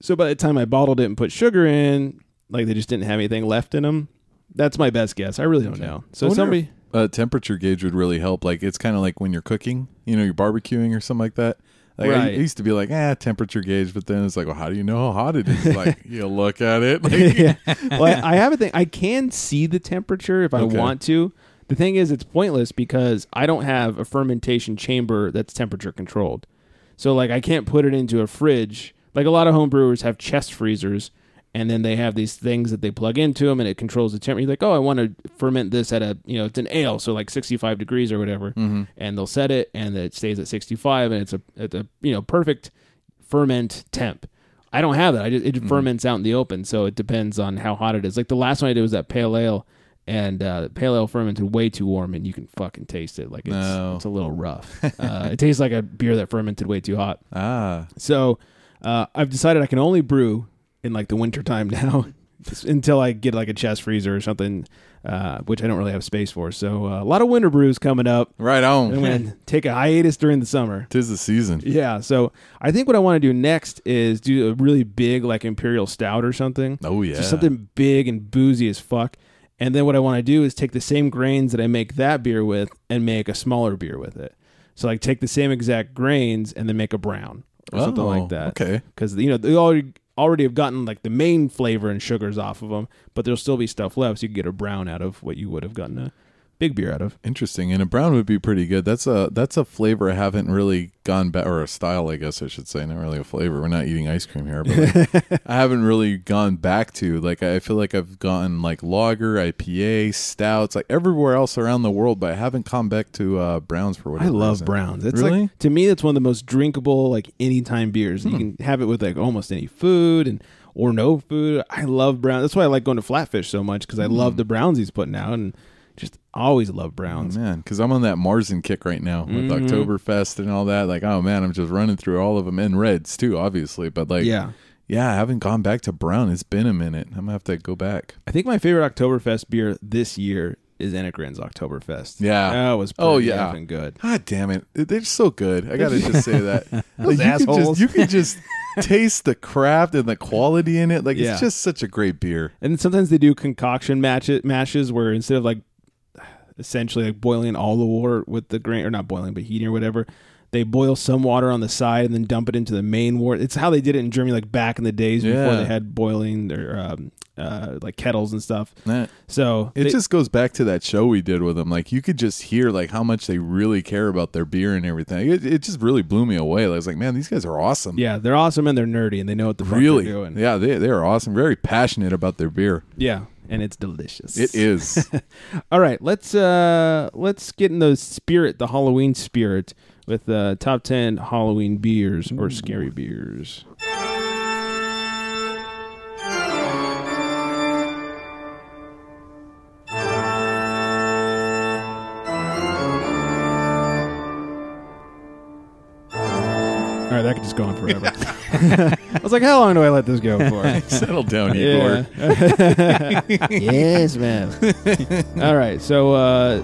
So by the time I bottled it and put sugar in, like they just didn't have anything left in them. That's my best guess. I really don't know. I So wonder somebody, if a temperature gauge would really help. Like it's kind of like when you're cooking, you know, you're barbecuing or something like that. Like I Right. used to be like, ah, temperature gauge, but then it's like, well, how do you know how hot it is? Like you look at it. Like, yeah. well, I, I have a thing. I can see the temperature if I Okay. want to. The thing is, it's pointless because I don't have a fermentation chamber that's temperature controlled. So like I can't put it into a fridge. Like a lot of home brewers have chest freezers, and then they have these things that they plug into them, and it controls the temperature. You're like, oh, I want to ferment this at a you know it's an ale, so like 65 degrees or whatever, and they'll set it, and it stays at 65, and it's a it's a you know perfect ferment temp. I don't have that. I just it ferments out in the open, so it depends on how hot it is. Like the last one I did was that pale ale, and uh, pale ale fermented way too warm, and you can fucking taste it. Like it's No. it's a little rough. uh, it tastes like a beer that fermented way too hot. ah, So uh, I've decided I can only brew in like the winter time now just until I get like a chest freezer or something, uh, which I don't really have space for. So uh, a lot of winter brews coming up. right I'm on. going to take a hiatus during the summer. Tis the season. Yeah, so I think what I want to do next is do a really big like imperial stout or something. Oh, yeah. so something big and boozy as fuck. And then what I want to do is take the same grains that I make that beer with and make a smaller beer with it. So like take the same exact grains and then make a brown or something Oh, like that. okay. because you know they all already have gotten like the main flavor and sugars off of them, but there'll still be stuff left. So you can get a brown out of what you would have gotten a big beer out of. Interesting. And a brown would be pretty good. That's a that's a flavor I haven't really gone back or a style, I guess I should say, not really a flavor. We're not eating ice cream here, but like, I haven't really gone back to. Like I feel like I've gotten like lager, IPA, stouts, like everywhere else around the world, but I haven't come back to uh, browns for whatever. I love reason. browns. It's really? Hmm. like to me that's one of the most drinkable like anytime beers. You can have it with like almost any food and or no food. I love brown. That's why I like going to Flatfish so much because I Hmm. love the browns he's putting out and just always love browns. Oh, man, because I'm on that Marzen kick right now with Mhm. Oktoberfest and all that. Like, oh man, I'm just running through all of them and reds too, obviously. But like, Yeah. yeah, I haven't gone back to brown. It's been a minute. I'm gonna have to go back. I think my favorite Oktoberfest beer this year is Enegrin's Oktoberfest. Yeah, That was oh pretty yeah, effing good. God damn it, they're so good. I gotta just say that. Those assholes. you can just, you could just taste the craft and the quality in it. Like Yeah. it's just such a great beer. And sometimes they do concoction match mashes where instead of like essentially like boiling all the water with the grain or not boiling but heating or whatever, they boil some water on the side and then dump it into the main wort. It's how they did it in Germany like back in the days before Yeah. they had boiling or um, uh, like kettles and stuff. That- So It they- just goes back to that show we did with them. Like you could just hear like how much they really care about their beer and everything. It, it just really blew me away. I was like, man, these guys are awesome. yeah, they're awesome and they're nerdy and they know what the fuck really. they're doing. Yeah, they they are awesome. Very passionate about their beer. Yeah, and it's delicious. It is. All right, let's uh let's get in the spirit, the Halloween spirit, with uh, top ten Halloween beers or scary beers. All right, that could just go on forever. I was like, how long do I let this go for? Settle down, Yeah. Igor. yes, man. All right, so uh,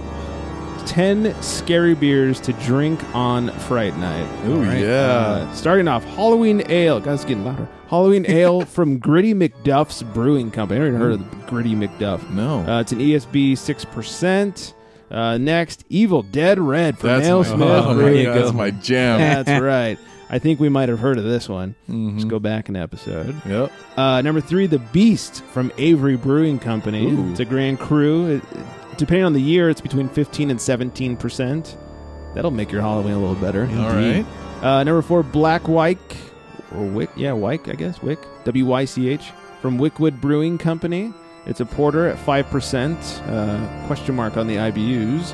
ten scary beers to drink on Fright Night. Ooh, All right, yeah. uh, starting off, Halloween Ale. Guys, it's getting louder. Halloween Ale from Gritty McDuff's Brewing Company. I haven't heard of Gritty McDuff. No. uh, it's an ESB six percent. Uh, next, Evil Dead Red from That's Nail my- Smith. oh, there Brewing you go. That's my jam. That's right. I think we might have heard of this one. Mm-hmm. Let's go back an episode. Yep. Uh, number three, The Beast from Avery Brewing Company. Ooh. It's a grand crew. It- it- depending on the year, it's between 15 and 17%. That'll make your Halloween a little better. All right. Uh, number four, Black Wyke. Or Wick. Yeah, Wyke, I guess. Wick. W Y C H. From Wickwood Brewing Company. It's a porter at 5%. Uh, question mark on the IBUs.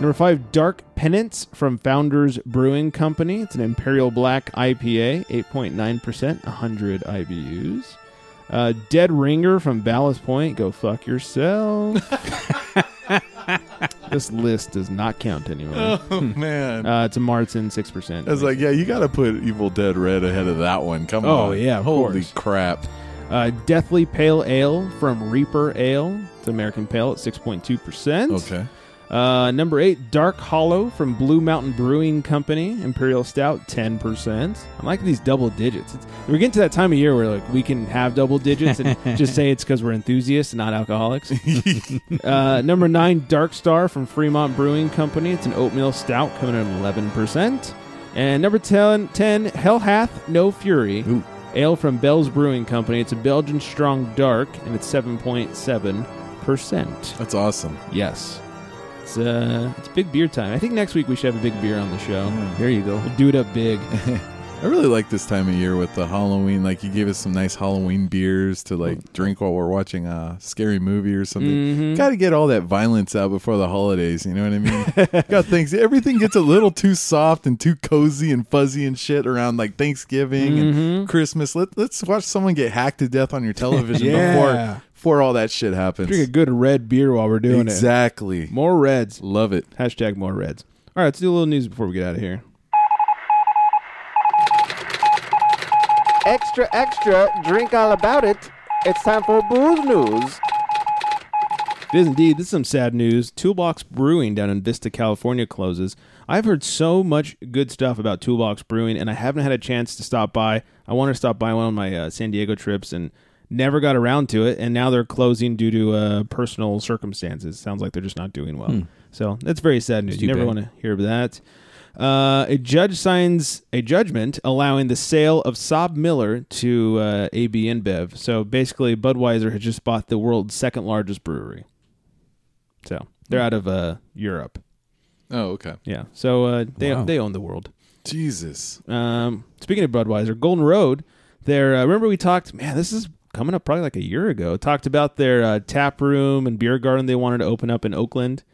Number five, Dark Penance from Founders Brewing Company. It's an Imperial Black IPA, 8.9%, 100 IBUs. Uh, Dead Ringer from Ballast Point. Go fuck yourself. this list does not count anymore. Oh man. Uh, it's a Martin, 6%. I was like, yeah, you got to put Evil Dead Red ahead of that one. Come Oh, on. yeah, of Holy course. crap. Uh, Deathly Pale Ale from Reaper Ale. It's American Pale at 6.2%. Okay. Uh, number eight, Dark Hollow from Blue Mountain Brewing Company. Imperial Stout, 10%. I like these double digits. It's, we're getting to that time of year where like we can have double digits and just say it's because we're enthusiasts, not alcoholics. uh, number nine, Dark Star from Fremont Brewing Company. It's an oatmeal stout coming in at 11%. And number 10, 10 Hell Hath No Fury. Ale from Bell's Brewing Company. It's a Belgian strong dark, and it's 7.7%. That's awesome. Yes. It's uh it's big beer time. I think next week we should have a big beer on the show. Mm, There you go. We'll do it up big. I really like this time of year with the Halloween. Like you gave us some nice Halloween beers to like drink while we're watching a scary movie or something. Mm-hmm. Got to get all that violence out before the holidays. You know what I mean? Got things. Everything gets a little too soft and too cozy and fuzzy and shit around like Thanksgiving Mm-hmm. and Christmas. Let Let's watch someone get hacked to death on your television Yeah. before before all that shit happens. Drink a good red beer while we're doing exactly. it. More reds. Love it. Hashtag more reds. All right, let's do a little news before we get out of here. Extra, extra, drink all about it. It's time for booze news. It is indeed. This is some sad news. Toolbox Brewing down in Vista, California closes. I've heard so much good stuff about Toolbox Brewing, and I haven't had a chance to stop by. I wanted to stop by one of my uh, San Diego trips and never got around to it. And now they're closing due to uh, personal circumstances. Sounds like they're just not doing well. So that's very sad news. too You never bad. want to hear that. Uh, a judge signs a judgment allowing the sale of Saab Miller to uh, AB InBev. So basically, Budweiser had just bought the world's second largest brewery. So Hmm. they're out of uh, Europe. Oh, okay. Yeah. So uh, they Wow. they own the world. Jesus. Um, speaking of Budweiser, Golden Road. Their uh, remember we talked. Man, this is coming up probably like a year ago. Talked about their uh, tap room and beer garden they wanted to open up in Oakland.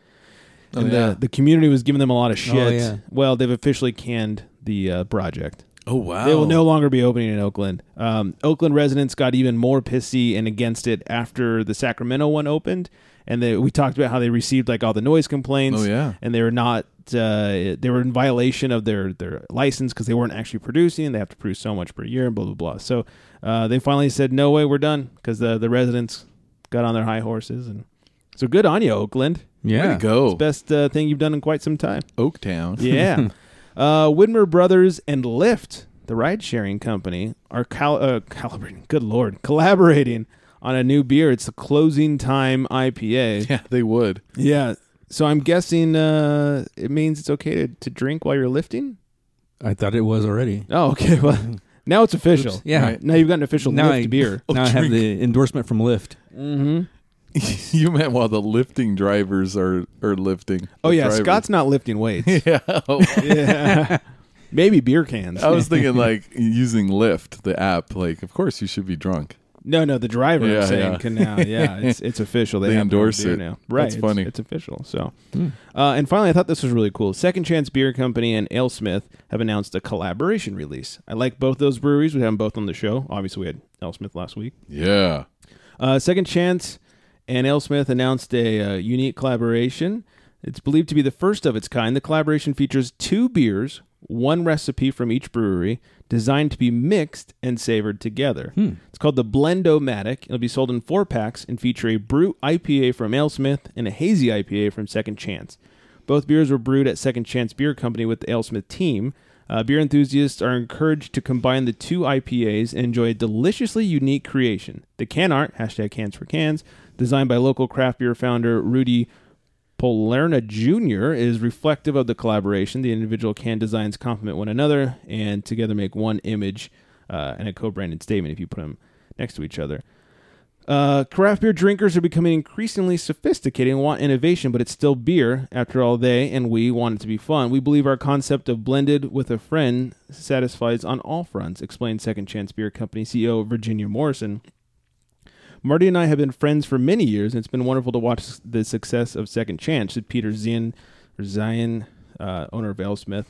Oh, And uh, yeah. Oh, the, the community was giving them a lot of shit. yeah. Well, they've officially canned the uh, project. Oh, wow. They will no longer be opening in Oakland. Um, Oakland residents got even more pissy and against it after the Sacramento one opened, and they, we talked about how they received like all the noise complaints. Oh, yeah. and they were not. Uh, they were in violation of their their license because they weren't actually producing. They have to produce so much per year and blah blah blah. So uh, they finally said, "No way, we're done," because the the residents got on their high horses and. So good on you, Oakland. Yeah. Way to go. It's the best uh, thing you've done in quite some time. Oaktown. Yeah. uh, Widmer Brothers and Lyft, the ride sharing company, are cal- uh, calibrating. Good Lord. Collaborating on a new beer. It's the closing time IPA. Yeah, they would. Yeah. So I'm guessing uh, it means it's okay to, to drink while you're lifting? I thought it was already. Oh, okay. Well, now it's official. Oops. Yeah. Right. Now you've got an official Now Lyft I- beer. now I have the endorsement from Lyft. Mm-hmm. you meant while the lifting drivers are, are lifting. Oh, The yeah. drivers. Scott's not lifting weights. yeah. yeah. Maybe beer cans. I was thinking like using Lyft, the app. Like, of course you should be drunk. No, no, the driver Yeah, I'm saying yeah. can now. Yeah, it's it's official. They, They have their own endorse beer it. now. That's Right, it's- funny. Hmm. It's, official. So, uh, and finally, I thought this was really cool. Second Chance Beer Company and AleSmith have announced a collaboration release. I like both those breweries. We had them both on the show. Obviously, we had AleSmith last week. Yeah. Uh, Second Chance and AleSmith announced a uh, unique collaboration. It's believed to be the first of its kind. The collaboration features two beers, one recipe from each brewery, designed to be mixed and savored together. It's called the Blend-O-Matic. It'll be sold in four packs and feature a brew IPA from AleSmith and a hazy IPA from Second Chance. Both beers were brewed at Second Chance Beer Company with the AleSmith team. Uh, beer enthusiasts are encouraged to combine the two IPAs and enjoy a deliciously unique creation. The can art, hashtag cans for cans, designed by local craft beer founder Rudy Polerna Jr., is reflective of the collaboration. The individual can designs complement one another and together make one image uh, and a co branded statement if you put them next to each other. Uh, craft beer drinkers are becoming increasingly sophisticated and want innovation, but it's still beer. After all, they and we want it to be fun. We believe our concept of blended with a friend satisfies on all fronts, explained Second Chance Beer Company CEO Virginia Morrison. Marty and I have been friends for many years, and it's been wonderful to watch the success of Second Chance, said Peter Zian, or Zion, uh, owner of AleSmith.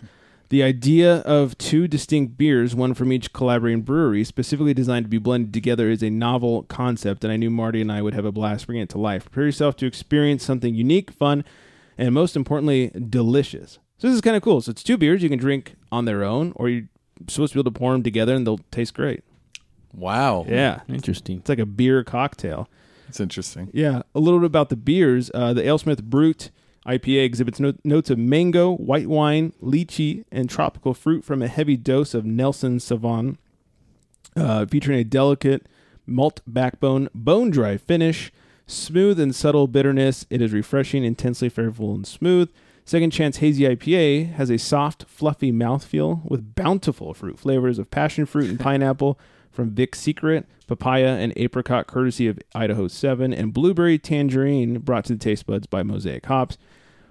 The idea of two distinct beers, one from each collaborating brewery, specifically designed to be blended together, is a novel concept, and I knew Marty and I would have a blast bringing it to life. Prepare yourself to experience something unique, fun, and most importantly, delicious. So this is kind of cool. So it's two beers you can drink on their own, or you're supposed to be able to pour them together, and they'll taste great. Wow. Yeah. Interesting. It's like a beer cocktail. It's interesting. Yeah, a little bit about the beers. Uh, the AleSmith Brute IPA exhibits no- notes of mango, white wine, lychee, and tropical fruit from a heavy dose of Nelson Sauvin, uh, featuring a delicate malt backbone, bone dry finish, smooth and subtle bitterness. It is refreshing, intensely flavorful, and smooth. Second Chance Hazy IPA has a soft, fluffy mouthfeel with bountiful fruit flavors of passion fruit and pineapple from Vic Secret, papaya and apricot courtesy of Idaho 7, and blueberry tangerine brought to the taste buds by Mosaic Hops.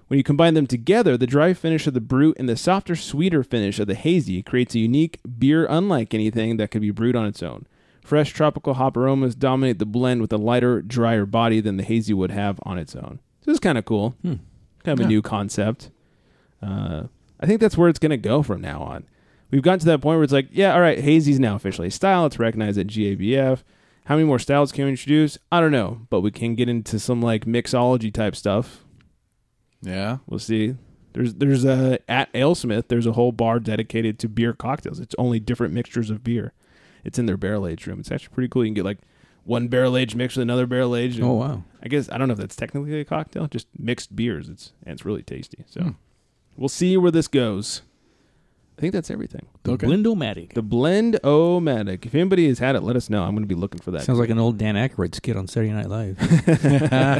When you combine them together, the dry finish of the brute and the softer, sweeter finish of the hazy creates a unique beer unlike anything that could be brewed on its own. Fresh tropical hop aromas dominate the blend with a lighter, drier body than the hazy would have on its own. So this is kind of cool. Kind of a new concept. Uh, I think that's where it's going to go from now on. We've gotten to that point where it's like, yeah, all right, hazy's now officially a style. It's recognized at GABF. How many more styles can we introduce? I don't know, but we can get into some like mixology type stuff. Yeah. We'll see. There's there's a at AleSmith. There's a whole bar dedicated to beer cocktails. It's only different mixtures of beer. It's in their barrel aged room. It's actually pretty cool. You can get like one barrel aged mixed with another barrel aged. Oh, wow. I guess I don't know if that's technically a cocktail. Hmm. Just mixed beers. It's and it's really tasty. So we'll see where this goes. I think that's everything. The Okay. Blend-O-Matic. The Blend-O-Matic. If anybody has had it, let us know. I'm going to be looking for that. Sounds like an old Dan Aykroyd skit on Saturday Night Live.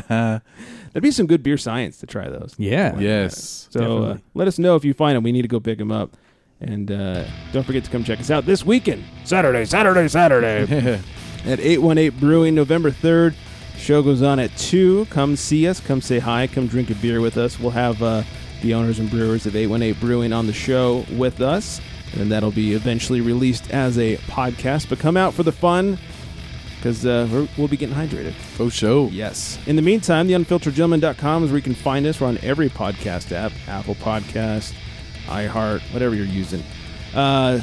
That'd be some good beer science to try those. Yeah. Like Yes, that. So uh, definitely. let us know if you find them. We need to go pick them up. And uh, don't forget to come check us out this weekend, Saturday, Saturday, Saturday, at 818 Brewing, November 3rd. Show goes on at 2. Come see us. Come say hi. Come drink a beer with us. We'll have uh, the owners and brewers of 818 Brewing on the show with us. And that'll be eventually released as a podcast. But come out for the fun because uh, we're- we'll be getting hydrated. Oh, show. Yes. In the meantime, theunfilteredgentleman.com is where you can find us. We're on every podcast app Apple Podcast, iHeart, whatever you're using. Uh,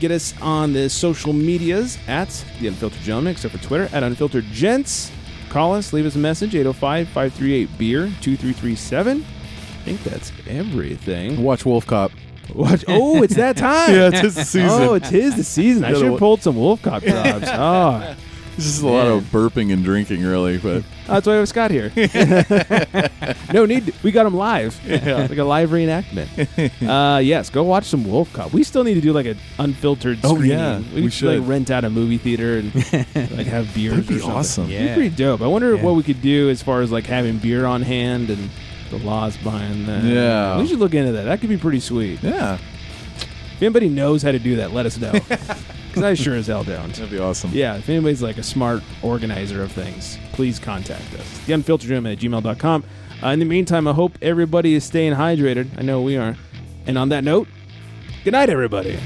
get us on the social medias at The Unfiltered Gentleman, except for Twitter, at Unfiltered Gents. Call us, leave us a message, 805 538 Beer 2337. I think that's everything. Watch Wolf Cop. Watch. Oh, it's that time. Yeah, it's his season. Oh, it is the season. I Gotta should have wa- pulled some Wolf Cop jobs. Oh, This is a lot of burping and drinking, really. But That's why we have Scott here. no need. We got him live. Yeah. Like a live reenactment. uh, yes, go watch some Wolf Cop. We still need to do like an unfiltered Oh, screening. yeah, We, we should like should. rent out a movie theater and like have beers That'd be or something. awesome. That'd be Yeah. pretty dope. I wonder what we could do as far as like having beer on hand and the laws behind that. Yeah. We should look into that. That could be pretty sweet. Yeah. If anybody knows how to do that, let us know. Because I sure as hell don't. That'd be awesome. Yeah, if anybody's like a smart organizer of things, please contact us. TheUnfilteredGentleman at gmail.com. Uh, in the meantime, I hope everybody is staying hydrated. I know we are. And on that note, good night, everybody.